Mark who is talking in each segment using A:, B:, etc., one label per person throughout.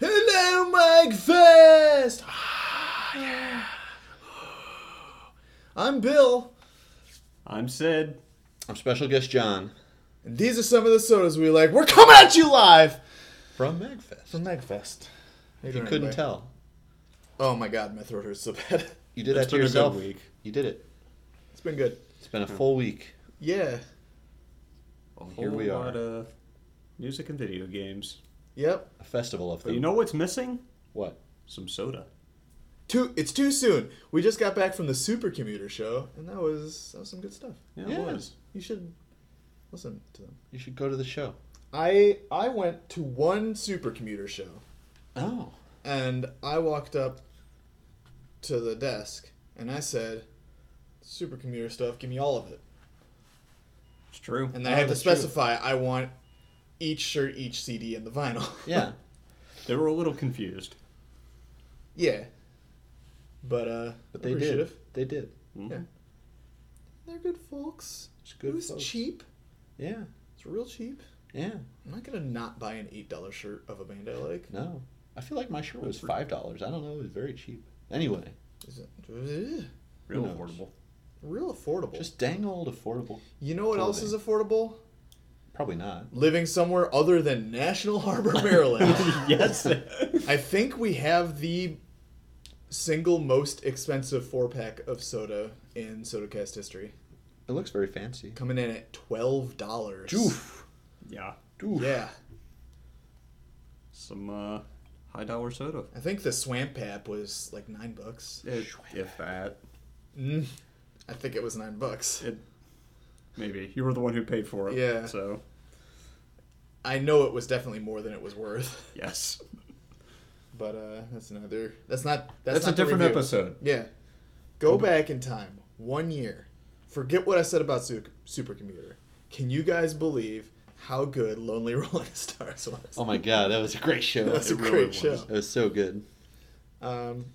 A: Hello, Mike Fest!
B: Ah,
A: I'm Bill.
B: I'm Sid.
C: I'm special guest John
A: And these are some of the sodas we like. We're coming at you live
C: from Magfest.
A: from Megfest. If
C: You couldn't tell.
A: Oh my god, my throat hurts so bad.
C: You did
B: It's
C: that to
B: been a good
C: yourself.
B: week.
C: You did it.
A: It's been good.
C: It's been a full week.
A: Yeah.
C: And here we
B: Lot
C: are.
B: of music and video games.
A: Yep.
C: A festival of
B: But
C: them.
B: you know what's missing?
C: what?
B: Some soda.
A: Too. It's too soon. We just got back from the Super Commuter show, and that was that was some good stuff.
B: Yeah, it
C: Yeah.
B: was.
A: You should listen to them.
C: You should go to the show.
A: I I went to one Super Commuter show,
C: Oh.
A: and I walked up to the desk and I said, "Super Commuter stuff. Give me all of it."
B: It's true.
A: And then
C: Oh,
A: I had to
C: that's true.
A: specify I want each shirt, each CD, and the vinyl.
C: Yeah.
B: They were a little confused.
A: yeah. But uh,
C: But they did.
A: appreciative.
C: They did.
A: Yeah. They're good folks.
C: It's good.
A: it was
C: folks.
A: cheap.
C: Yeah.
A: It's real cheap.
C: Yeah.
A: I'm not gonna not buy an eight dollar shirt of a band I like.
C: No. I feel like my shirt was five dollars. I don't know. It was very cheap. Anyway,
A: Is it- ugh,
B: Real
C: Who knows?
B: affordable.
A: real affordable.
C: just dang old affordable.
A: you know what else is
C: clothing.
A: affordable?
C: Probably not.
A: Living somewhere other than National Harbor, Maryland.
B: yes.
A: I think we have the single most expensive four pack of soda in SodaCast history,
C: It looks very fancy.
A: coming in at twelve dollars.
C: Doof.
B: yeah.
C: Doof.
A: Yeah,
B: Some uh, high dollar soda.
A: I think the Swamp Pap was like nine bucks.
B: If, if that.
A: Mm, I think it was nine bucks.
B: It, maybe. You were the one who paid for it.
A: Yeah.
B: So,
A: I know it was definitely more than it was worth.
B: yes.
A: But uh, that's another. That's not. That's,
B: That's,
A: not
B: a
A: the
B: different
A: review.
B: episode.
A: Yeah, go back in time one year. Forget what I said about su- supercomputer. Can you guys believe how good Lonely Rolling Stars was?
C: Oh my god, that was a great show.
A: That's a
C: it
A: great
C: really was.
A: show.
C: It was so good.
A: Um,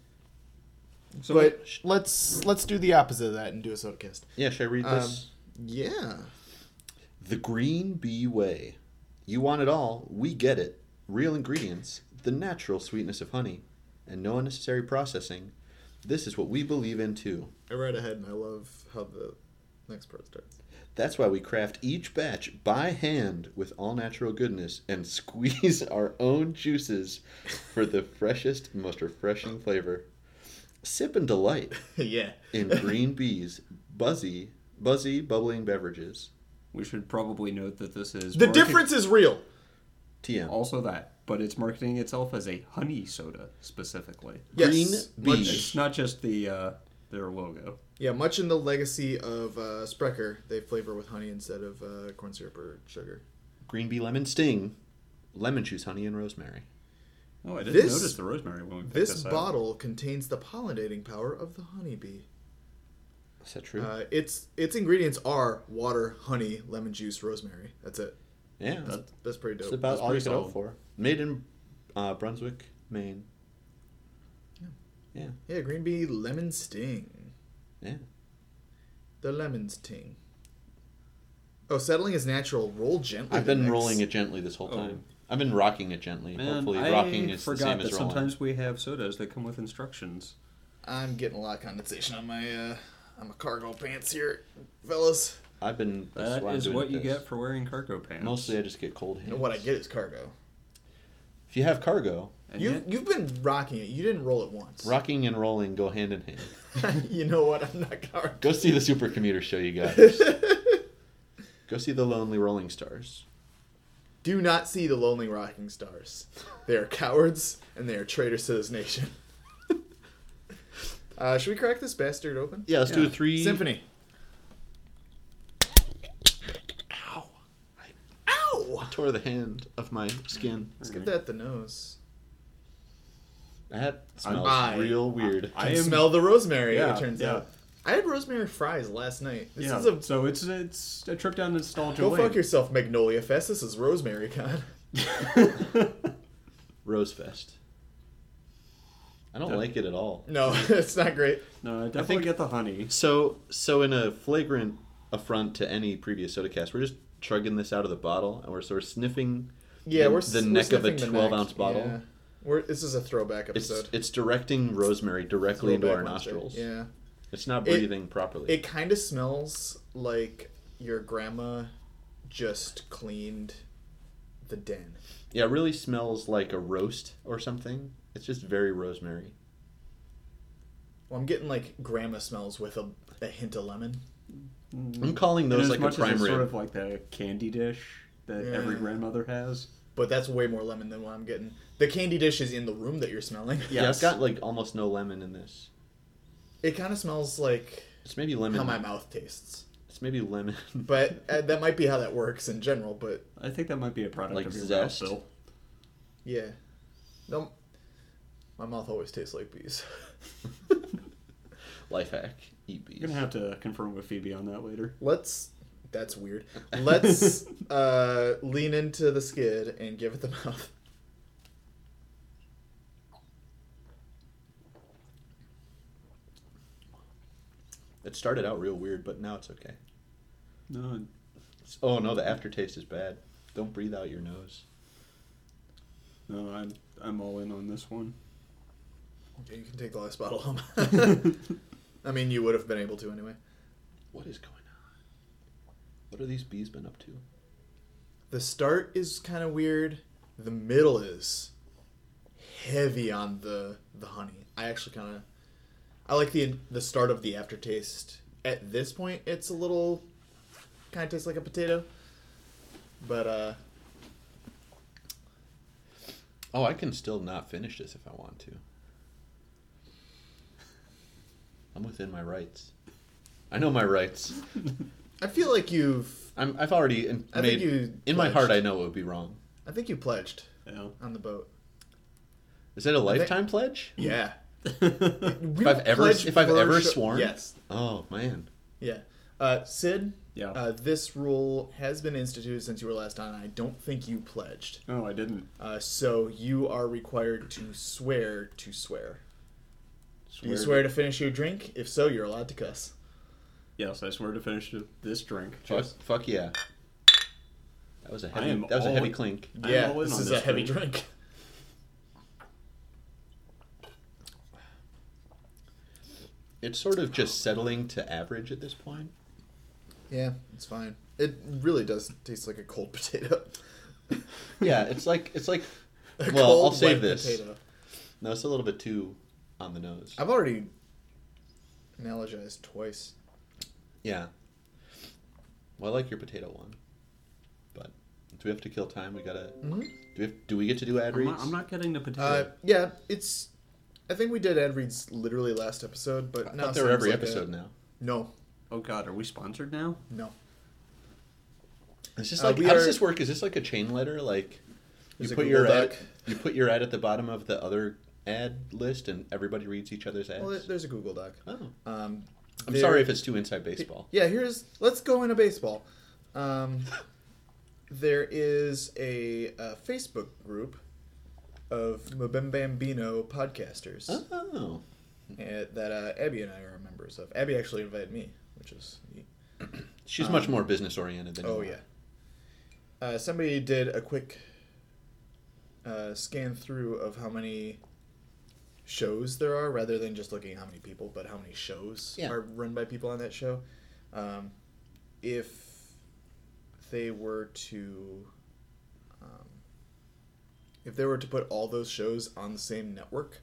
B: So
A: but let's let's do the opposite of that and do a soda cast.
C: Yeah, should I read this?
A: Um, Yeah.
C: The Green Bee Way. You want it all, we get it. Real ingredients, the natural sweetness of honey, and no unnecessary processing. This is what we believe in too.
A: I read ahead and I love how the next part starts.
C: That's why we craft each batch by hand with all natural goodness and squeeze our own juices for the freshest, most refreshing flavor. Sip and delight
A: yeah.
C: in green bees, buzzy, buzzy, bubbling beverages.
B: we should probably note that this is.
A: The
B: market-
A: difference is real.
C: TM.
B: Also that. But it's marketing itself as a honey soda specifically.
C: Green
A: yes.
C: bee.
A: Much,
B: It's not just the uh, their logo.
A: yeah, much in the legacy of uh, Sprecher, they flavor with honey instead of uh, corn syrup or sugar.
C: Green bee lemon sting, lemon juice, honey, and rosemary.
B: Oh, I didn't
A: This-
B: notice the rosemary when we picked
A: This
B: this up.
A: bottle contains the pollinating power of the honeybee.
C: Is that true?
A: Uh, its its ingredients are water, honey, lemon juice, rosemary. That's it.
C: yeah, that's,
B: That-
A: That's pretty dope.
C: about
B: that's
C: all you
B: pretty
C: could hope
B: solid.
C: for. Made in uh, Brunswick, Maine. Yeah,
A: Yeah, green bee lemon sting.
C: yeah.
A: The lemons ting. Oh, settling is natural. Roll gently.
C: I've
A: the
C: been
A: next-
C: rolling it gently this whole time. I've been rocking it gently.
B: Man,
C: Hopefully,
B: I
C: rocking is the
B: forgot
C: same
B: that
C: as rolling.
B: sometimes we have sodas that come with instructions.
A: I'm getting a lot of condensation on my uh, on my cargo pants here, fellas.
C: I've been. that's
B: That
C: why I'm
B: is
C: doing
B: what you
C: this.
B: get for wearing cargo pants.
C: Mostly, I just get cold hands.
A: And what I get is cargo.
C: If you have cargo,
B: And
A: You
B: yet-
A: you've been rocking it. You didn't roll it once.
C: rocking and rolling go hand in hand.
A: you know what? I'm not cargo.
C: Go see the Super Commuter Show, you guys. go see the Lonely Rolling Stars.
A: Do not see the lonely rocking stars. They are cowards and they are traitors to this nation. uh, should we crack this bastard open?
C: Yeah, let's do
B: Yeah.
C: a three.
A: Symphony. Ow! Ow!
C: Tore the hand of my skin.
A: Let's give that the nose.
C: That smells
A: I-
C: real weird.
B: I
A: I
B: am-
A: smell the rosemary.
B: Yeah,
A: it turns
B: yeah.
A: out. I had rosemary fries last night. This
B: yeah.
A: is a
B: so it's it's a trip down nostalgia
A: go
B: lane.
A: fuck yourself, Magnolia Fest. This is Rosemary Con.
C: Rosefest. I don't
B: Yeah.
C: like it at all.
A: No, it's not great.
B: No, I definitely
C: think-
B: get the honey.
C: So, so in a flagrant affront to any previous SodaCast, we're just chugging this out of the bottle, and we're sort of sniffing.
A: Yeah,
C: the,
A: we're
C: the
A: we're
C: neck of a
A: sniffing the
C: twelve
A: neck,
C: ounce bottle.
A: Yeah. We're, this is a throwback
C: It's
A: episode.
C: it's directing rosemary directly into
A: Throwback
C: our
A: Wednesday.
C: nostrils.
A: Yeah,
C: It's not
A: It-
C: breathing properly.
A: it kind of smells like your grandma just cleaned the den.
C: yeah, it really smells like a roast or something. It's just very rosemary.
A: Well, I'm getting like grandma smells with a, a hint of lemon. Mm-hmm.
C: I'm calling
B: And
C: those
B: as
C: like a
B: much as
C: prime
B: it's
C: rib.
B: sort of like the candy dish that every
A: Yeah.
B: grandmother has.
A: But that's way more lemon than what I'm getting. The candy dish is in the room that you're smelling.
C: Yeah,
B: Yes.
C: it's got like almost no lemon in this.
A: It kind of smells like
C: It's maybe lemon.
A: how my mouth tastes.
C: It's maybe lemon.
A: But uh, that might be how that works in general, but
B: I think that might be a product
C: Like
B: of your
C: zest?
B: mouth, Bill.
A: yeah. No, my mouth always tastes like bees.
C: Life hack: eat
B: You're
C: bees.
B: gonna have to confirm with Phoebe on that later.
A: Let's. That's weird. Let's uh, lean into the skid and give it the mouth.
C: It started out real weird, but now it's okay.
B: No,
C: It's- oh no, the aftertaste is bad. Don't breathe out your nose.
B: no, I'm I'm all in on this one.
A: Okay, you can take the last bottle home. I mean, you would have been able to anyway.
C: What is going on? What are these bees been up to?
A: The start is kind of weird. The middle is heavy on the the honey. I actually kind of I like the the start of the aftertaste. At this point, it's a little kind of tastes like a potato, but uh,
C: Oh, I can still not finish this if I want to. I'm within my rights. I know my rights.
A: I feel like you've
C: I'm, I've already in,
A: I
C: made.
A: think you
C: in my heart, I
A: pledged.
C: know it would be wrong.
A: I think you pledged
B: Yeah.
A: on the boat.
C: Is it a lifetime pledge?
A: Yeah.
C: If I've ever, if I've ever sworn,
A: Yes.
C: Oh man,
A: Yeah. Uh, Sid.
B: Yeah.
A: Uh, this rule has been instituted since you were last on. And I don't think you pledged.
B: no, I didn't.
A: Uh, so you are required to swear to swear. Do you
C: Swear
A: swear to finish your drink? If so, you're allowed to cuss.
B: Yes, I swear to finish this drink.
C: fuck, fuck yeah. That was a
B: I
C: heavy.
B: am
C: That was a
B: all-
C: heavy clink.
B: I'm
A: yeah,
B: all in
A: this
B: on
A: is
B: this
A: a heavy
B: drink.
A: drink.
C: It's sort of just settling to average at this point.
A: Yeah, it's fine. It really does taste like a cold potato.
C: Yeah, it's like it's like.
A: A
C: well, I'll
A: cold,
C: save
A: wet
C: this. No, it's a little bit too on the nose.
A: I've already analogized twice.
C: Yeah. Well, I like your potato one, but do we have to kill time? We gotta.
A: Mm-hmm.
C: Do we have, Do we get to do
B: I'm
C: ad reads?
B: not, I'm not getting the potato.
A: Uh, yeah, it's. I think we did ad reads literally last episode, but
C: I
A: now
C: thought
A: it
C: they were
A: seems
C: every
A: like a-
C: episode now.
A: No,
B: oh God, are we sponsored now?
A: no.
C: It's just
A: Uh,
C: like
A: we
C: how does
A: are-
C: this work? Is this like a chain letter? Like you
A: Is it
C: put
A: Google
C: your ad,
A: Doc?
C: you put your ad at the bottom of the other ad list, and everybody reads each other's ads.
A: Well, there- there's a Google Doc.
C: oh,
A: Um,
C: I'm
A: there-
C: sorry if it's too inside baseball.
A: Yeah, here's let's go into baseball. Um, there is a, uh Facebook group of Mbambambino podcasters
C: Oh,
A: uh, that uh, Abby and I are members of. Abby actually invited me, which is neat.
C: she's much more business oriented than.
A: um, Oh
C: you
A: yeah.
C: are.
A: Uh, somebody did a quick uh, scan through of how many shows there are, rather than just looking at how many people, but how many shows
C: Yeah.
A: are run by people on that show. Um, if they were to, um, if they were to put all those shows on the same network,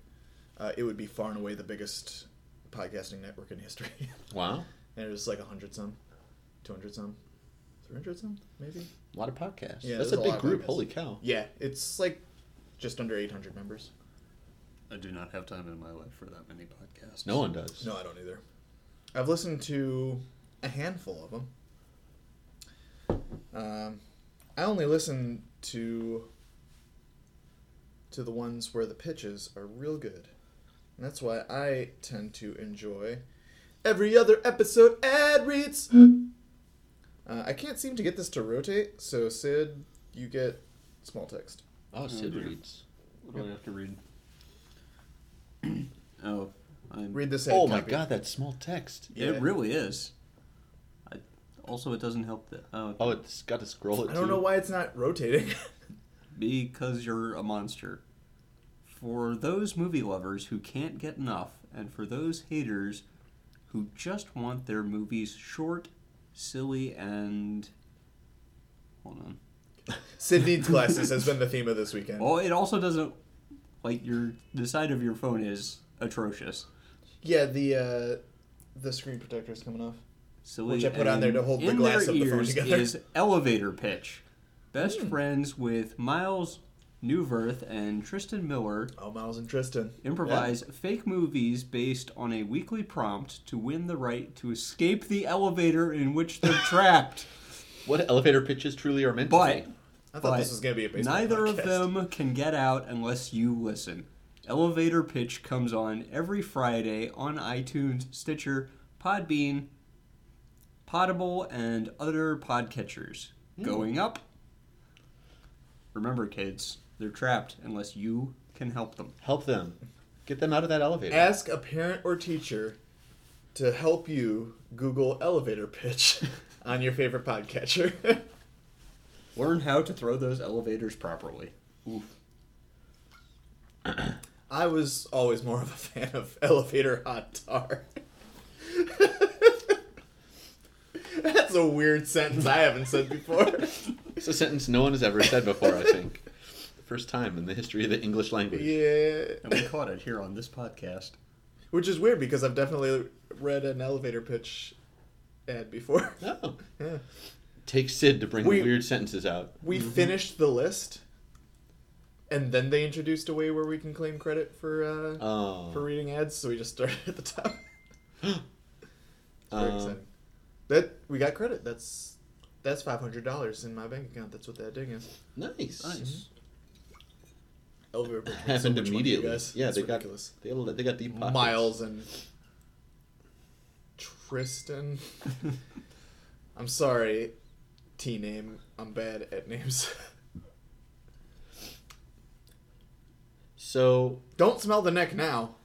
A: uh, it would be far and away the biggest podcasting network in history.
C: Wow,
A: and it was like 100 some 200 some 300 some maybe
C: a lot of podcasts.
A: Yeah,
C: that's
A: there's a
C: a
A: lot
C: big
A: of
C: group.
A: podcasts.
C: Holy cow!
A: yeah it's like just under 800 members
B: I do not have time in my life for that many podcasts.
C: No one does.
A: no i don't either i've listened to a handful of them um, i only listen to to the ones where the pitches are real good and that's why i tend to enjoy every other episode ad reads uh, i can't seem to get this to rotate so sid you get Small text.
C: Oh, Sid
B: dear.
C: reads.
B: What do I have to read? oh, I'm,
A: Read this.
C: Oh my god, that's small text.
A: Yeah.
B: it really is. I, also, it doesn't help that uh,
C: Oh, it's got to scroll it
A: I don't
C: too.
A: know why it's not rotating.
B: because you're a monster. For those movie lovers who can't get enough, and for those haters who just want their movies short, silly, and hold on.
A: Sid needs glasses has been the theme of this weekend.
C: Oh,
B: Well, it also doesn't like your the side of your phone is atrocious.
A: Yeah, the uh, the screen protector is coming off.
B: Silly
A: Which I put on
B: and
A: there to hold the
B: in
A: glass
B: their
A: of the phone
B: ears
A: together. Hmm.
B: Is elevator pitch. Best friends with Miles Newverth and Tristan Miller
A: Oh, Miles and Tristan.
B: improvise fake movies based on a weekly prompt to win the right to escape the elevator in which they're trapped.
C: What elevator pitches truly are meant
B: But
C: to be.
A: I thought
B: But
A: this was gonna be a baseball
B: neither of
A: podcast.
B: them can get out unless you listen. Elevator Pitch comes on every Friday on iTunes, Stitcher, Podbean, Potable, and other podcatchers. Going up. Remember, kids, they're trapped unless you can help them.
C: Help them. Get them out of that elevator.
A: Ask a parent or teacher to help you Google elevator pitch on your favorite podcatcher.
B: Learn how to throw those elevators properly.
A: I was always more of a fan of elevator hot tar. That's a weird sentence I haven't said before.
C: It's a sentence no one has ever said before, I think. First time in the history of the English language.
A: yeah.
B: And we caught it here on this podcast.
A: Which is weird because I've definitely read an elevator pitch ad before.
C: No.
A: Yeah.
C: Take Sid to bring
A: We-
C: the weird sentences out.
A: We finished the list, and then they introduced a way where we can claim credit for uh,
C: Oh.
A: for reading ads. So we just started at the top. Very
C: Um,
A: exciting. That we got credit. That's that's five hundred dollars in my bank account. That's what that ding is.
C: nice.
B: Nice.
A: Elevator pitch makes so
C: Happened
A: much money, you
C: immediately.
A: guys.
C: Yeah,
A: It's
C: they
A: ridiculous.
C: got they, they got deep pockets.
A: Miles and Tristan. I'm sorry, T name. I'm bad at names.
C: So
A: Don't smell the neck now.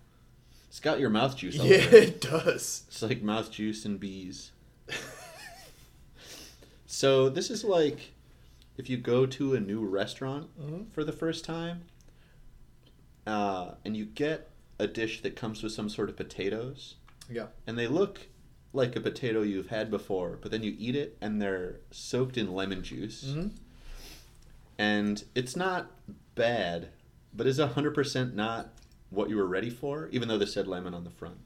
C: it's got your mouth juice. All
A: Yeah,
C: over it.
A: it does.
C: It's like mouth juice and bees. so this is like if you go to a new restaurant
A: Mhm.
C: for the first time, uh, and you get a dish that comes with some sort of potatoes,
A: Yeah.
C: and they look like a potato you've had before, but then you eat it and they're soaked in lemon juice.
A: Mhm.
C: and it's not bad, but it's hundred percent not what you were ready for. Even though they said lemon on the front,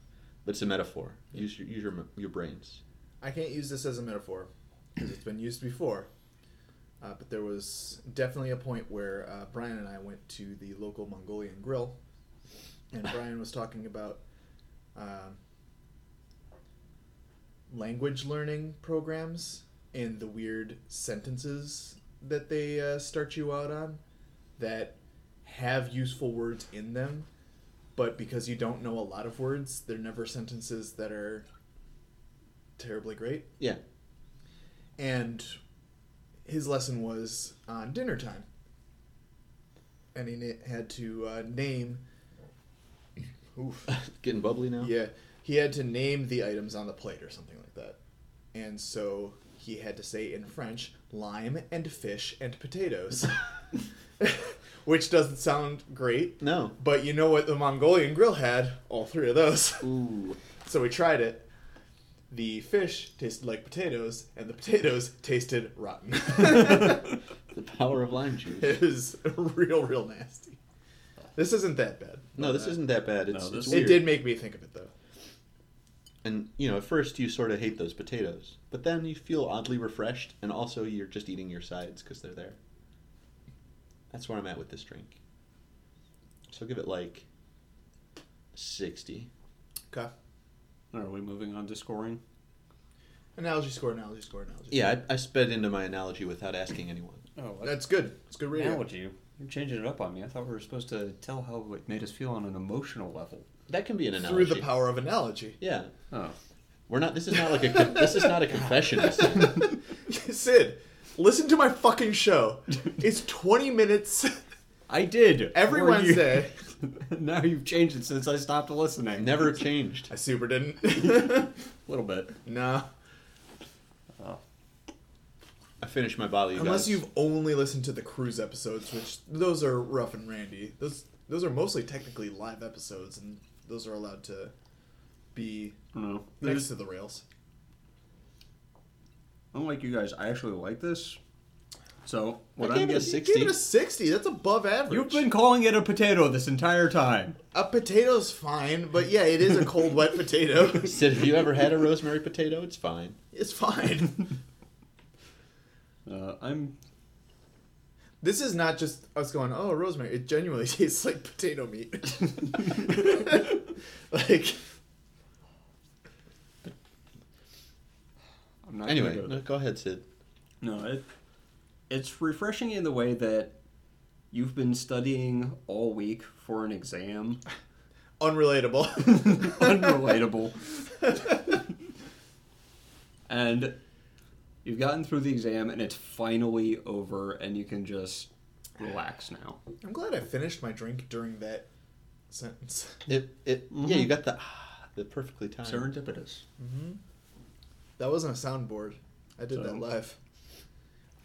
C: but it's a metaphor. Use your use your your brains.
A: I can't use this as a metaphor because it's been used before. Uh, but there was definitely a point where uh, Brian and I went to the local Mongolian grill, and Brian was talking about um language learning programs and the weird sentences that they uh, start you out on that have useful words in them, but because you don't know a lot of words, they're never sentences that are terribly great
C: Yeah,
A: and his lesson was on dinner time. And he na- had to uh, name. Oof.
C: getting bubbly now.
A: Yeah, he had to name the items on the plate or something like that. And so he had to say in French, lime and fish and potatoes. Which doesn't sound great,
C: No.
A: but you know what the Mongolian grill had? All three of those.
C: Ooh.
A: So we tried it. The fish tasted like potatoes, and the potatoes tasted rotten.
C: The power of lime juice.
A: it is real, real nasty. This isn't that bad.
C: No, this isn't that bad. It's,
B: No, this
C: it's
B: is-
A: It
C: weird.
A: did make me think of it though.
C: And you know, at first you sort of hate those potatoes, but then you feel oddly refreshed, and also you're just eating your sides because they're there. That's where I'm at with this drink. So give it like sixty.
A: Okay.
B: Are we moving on to scoring?
A: Analogy score, analogy score, analogy.
C: Yeah, I, I sped into my analogy without asking anyone.
B: Oh,
A: that's good. It's good radio.
B: analogy. You're changing it up on me. I thought we were supposed to tell how it made us feel on an emotional level.
C: That can be an analogy.
A: Through the power of analogy.
C: Yeah,
B: Oh.
C: we're not. This is not like a. con- this is not a confession. This is-
A: Sid, Listen to my fucking show. It's 20 minutes
B: I did
A: every
B: for you.
A: Wednesday.
B: now you've changed it since I stopped listening.
C: Never changed.
A: I super didn't.
B: a little bit.
A: no.
C: I finished my bottle, you
A: Unless
C: guys.
A: you've only listened to the cruise episodes, which those are rough and randy. Those those are mostly technically live episodes, and those are allowed to be
B: I don't know.
A: next to the rails.
B: Unlike you guys, I actually like this. So what
C: I
B: I'm
C: gave it a
B: guessing.
C: six.
A: You gave it a sixty. That's above average.
B: You've been calling it a potato this entire time.
A: a potato's fine, but yeah, it is a cold, wet potato.
C: He said, "Have you ever had a rosemary potato? It's fine."
A: It's fine.
B: Uh, I'm
A: This is not just us going, oh, rosemary. It genuinely tastes like potato meat. like,
B: I'm not
C: Anyway,
B: gonna go
C: no, go ahead, Sid.
B: No, it, it's refreshing in the way that you've been studying all week for an exam.
A: unrelatable.
B: Unrelatable. and you've gotten through the exam and it's finally over and you can just relax now.
A: I'm glad I finished my drink during that sentence.
C: It, it, yeah,
A: Mm-hmm.
B: Mhm.
C: you got the, ah, the perfectly timed.
B: Serendipitous.
A: That wasn't a soundboard. I did that
B: So,
A: live.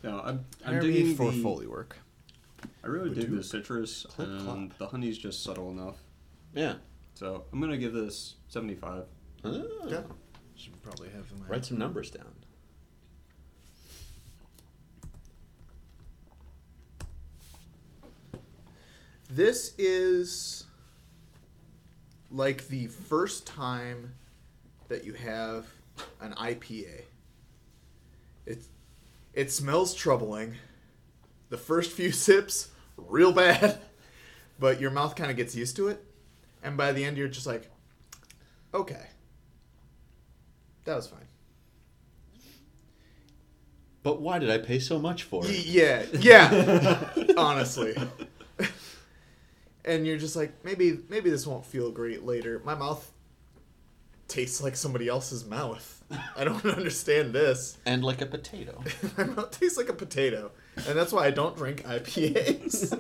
B: No, I'm, I'm digging the,
A: work.
B: I really dig
A: Badoop.
B: the citrus
C: Clip,
B: and the honey's just subtle enough.
C: Yeah.
B: So I'm gonna give this 75.
C: Oh.
A: Yeah. Should probably have them.
C: Write some numbers down.
A: This is like the first time that you have an IPA. It it smells troubling. The first few sips real bad, but your mouth kind of gets used to it, and by the end you're just like, okay, that was fine.
C: But why did I pay so much for
A: Y-
C: it?
A: yeah, yeah. honestly. and you're just like, maybe, maybe this won't feel great later. My mouth tastes like somebody else's mouth. I don't understand this.
C: And like a potato.
A: My mouth tastes like a potato, and that's why I don't drink IPAs.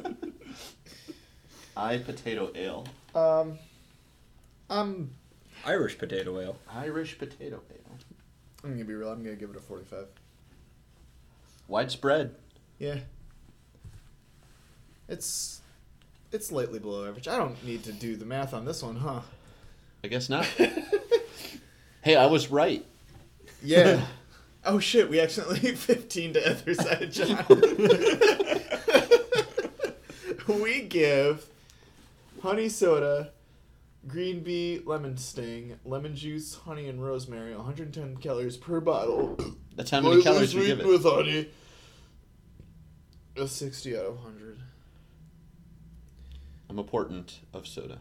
C: I potato ale.
A: um, I'm,
B: Irish potato ale.
C: Irish potato ale.
A: I'm gonna be real. I'm gonna give it a 45.
C: Widespread.
A: Yeah. It's, it's slightly below average. I don't need to do the math on this one, huh?
C: I guess not. hey, I was right.
A: Yeah. oh shit, we accidentally 15 to other side of John. we give honey soda, green bee, lemon sting, lemon juice, honey, and rosemary 110 calories per bottle.
C: That's how many
A: Lightly
C: calories we give
A: sweetened
C: it.
A: With honey. A 60 out of 100.
C: I'm important of soda.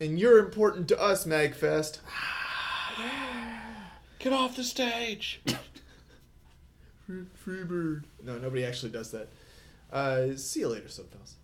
A: And you're important to us, MagFest.
C: Get off the stage.
A: Free bird. No, nobody actually does that. Uh, see you later, Soaptops.